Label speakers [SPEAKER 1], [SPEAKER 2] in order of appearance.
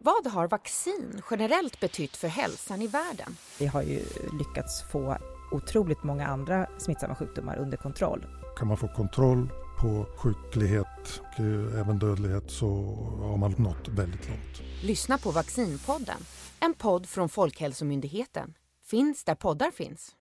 [SPEAKER 1] Vad har vaccin generellt betytt för hälsan i världen?
[SPEAKER 2] Vi har ju lyckats få otroligt många andra smittsamma sjukdomar under kontroll.
[SPEAKER 3] Kan man få kontroll på sjuklighet och eh, även dödlighet så har man nått väldigt långt.
[SPEAKER 1] Lyssna på Vaccinpodden, en podd från Folkhälsomyndigheten. Finns där poddar finns.